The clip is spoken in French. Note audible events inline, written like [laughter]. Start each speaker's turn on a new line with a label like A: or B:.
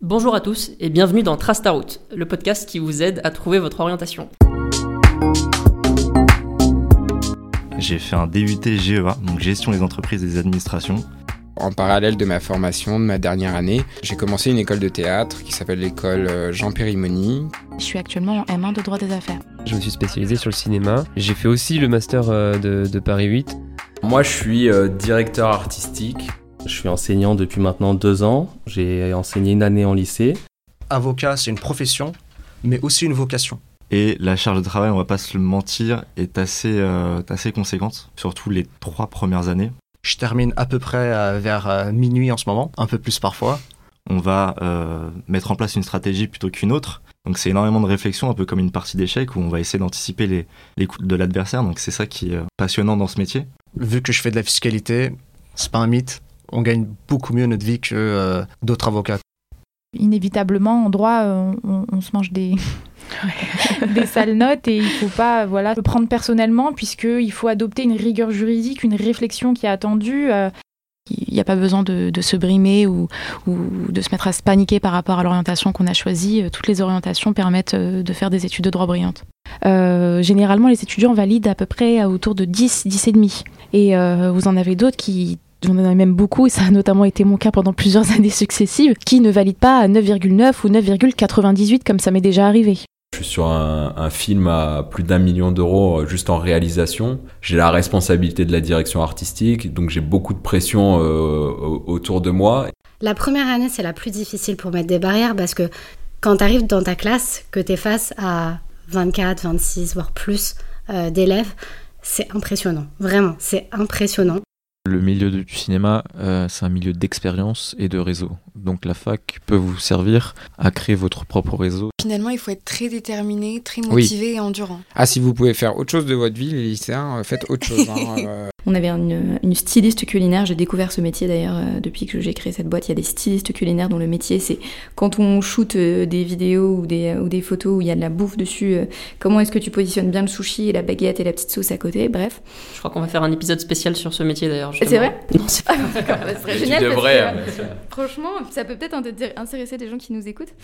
A: Bonjour à tous et bienvenue dans Trace ta route, le podcast qui vous aide à trouver votre orientation.
B: J'ai fait un DUT GEA, E donc gestion des entreprises et des administrations.
C: En parallèle de ma formation, de ma dernière année, j'ai commencé une école de théâtre qui s'appelle l'école euh, Jean Périmoni.
D: Je suis actuellement en M1 de droit des affaires.
E: Je me suis spécialisé sur le cinéma. J'ai fait aussi le master euh, de, de Paris 8.
F: Moi, je suis euh, directeur artistique. Je suis enseignant depuis maintenant deux ans. J'ai enseigné une année en lycée.
G: Avocat, c'est une profession, mais aussi une vocation.
B: Et la charge de travail, on va pas se le mentir, est assez, euh, assez conséquente, surtout les trois premières années.
G: Je termine à peu près euh, vers euh, minuit en ce moment, un peu plus parfois.
B: On va euh, mettre en place une stratégie plutôt qu'une autre. Donc c'est énormément de réflexion, un peu comme une partie d'échec où on va essayer d'anticiper les, les coups de l'adversaire. Donc c'est ça qui est euh, passionnant dans ce métier.
G: Vu que je fais de la fiscalité, c'est pas un mythe, on gagne beaucoup mieux notre vie que euh, d'autres avocats.
D: Inévitablement, en droit, euh, on, on se mange des, [laughs] des sales notes et il faut pas voilà, le prendre personnellement puisqu'il faut adopter une rigueur juridique, une réflexion qui est attendue. euh,
H: Il n'y a pas besoin de, de se brimer ou, ou de se mettre à se paniquer par rapport à l'orientation qu'on a choisie. Euh, Toutes les orientations permettent euh, de faire des études de droit brillantes. Euh, généralement, les étudiants valident à peu près à autour de 10, 10 et demi. Et euh, vous en avez d'autres qui, j'en ai même beaucoup, et ça a notamment été mon cas pendant plusieurs [laughs] années successives, qui ne valident pas à 9,9 ou 9,98 comme ça m'est déjà arrivé.
I: Je suis sur un, un film à plus d'un million d'euros euh, juste en réalisation. J'ai la responsabilité de la direction artistique, donc j'ai beaucoup de pression euh, au- autour de moi.
J: La première année, c'est la plus difficile pour mettre des barrières parce que quand tu arrives dans ta classe, que tu es face à 24, 26, voire plus euh, d'élèves, c'est impressionnant. Vraiment, c'est impressionnant.
K: Le milieu de- du cinéma, euh, c'est un milieu d'expérience et de réseau. Donc la fac peut vous servir à créer votre propre réseau.
L: Finalement, il faut être très déterminé, très
C: Oui.
L: motivé et endurant.
C: Ah, si vous pouvez faire autre chose de votre vie, les lycéens, euh, faites autre chose. hein, euh,
M: On avait une, une styliste culinaire, j'ai découvert ce métier d'ailleurs euh, depuis que j'ai créé cette boîte. Il y a des stylistes culinaires dont le métier c'est quand on shoot euh, des vidéos ou des, euh, ou des photos où il y a de la bouffe dessus, euh, comment est-ce que tu positionnes bien le sushi et la baguette et la petite sauce à côté, bref.
A: Je crois qu'on va faire un épisode spécial sur ce métier d'ailleurs.
M: C'est
A: justement.
M: vrai
A: Non, c'est pas
M: D'accord, bah, ce serait
I: Mais tu
M: génial parce
I: devrais,
M: que, euh,
I: hein, mais ça-
M: franchement, ça peut peut-être intéresser des gens qui nous écoutent.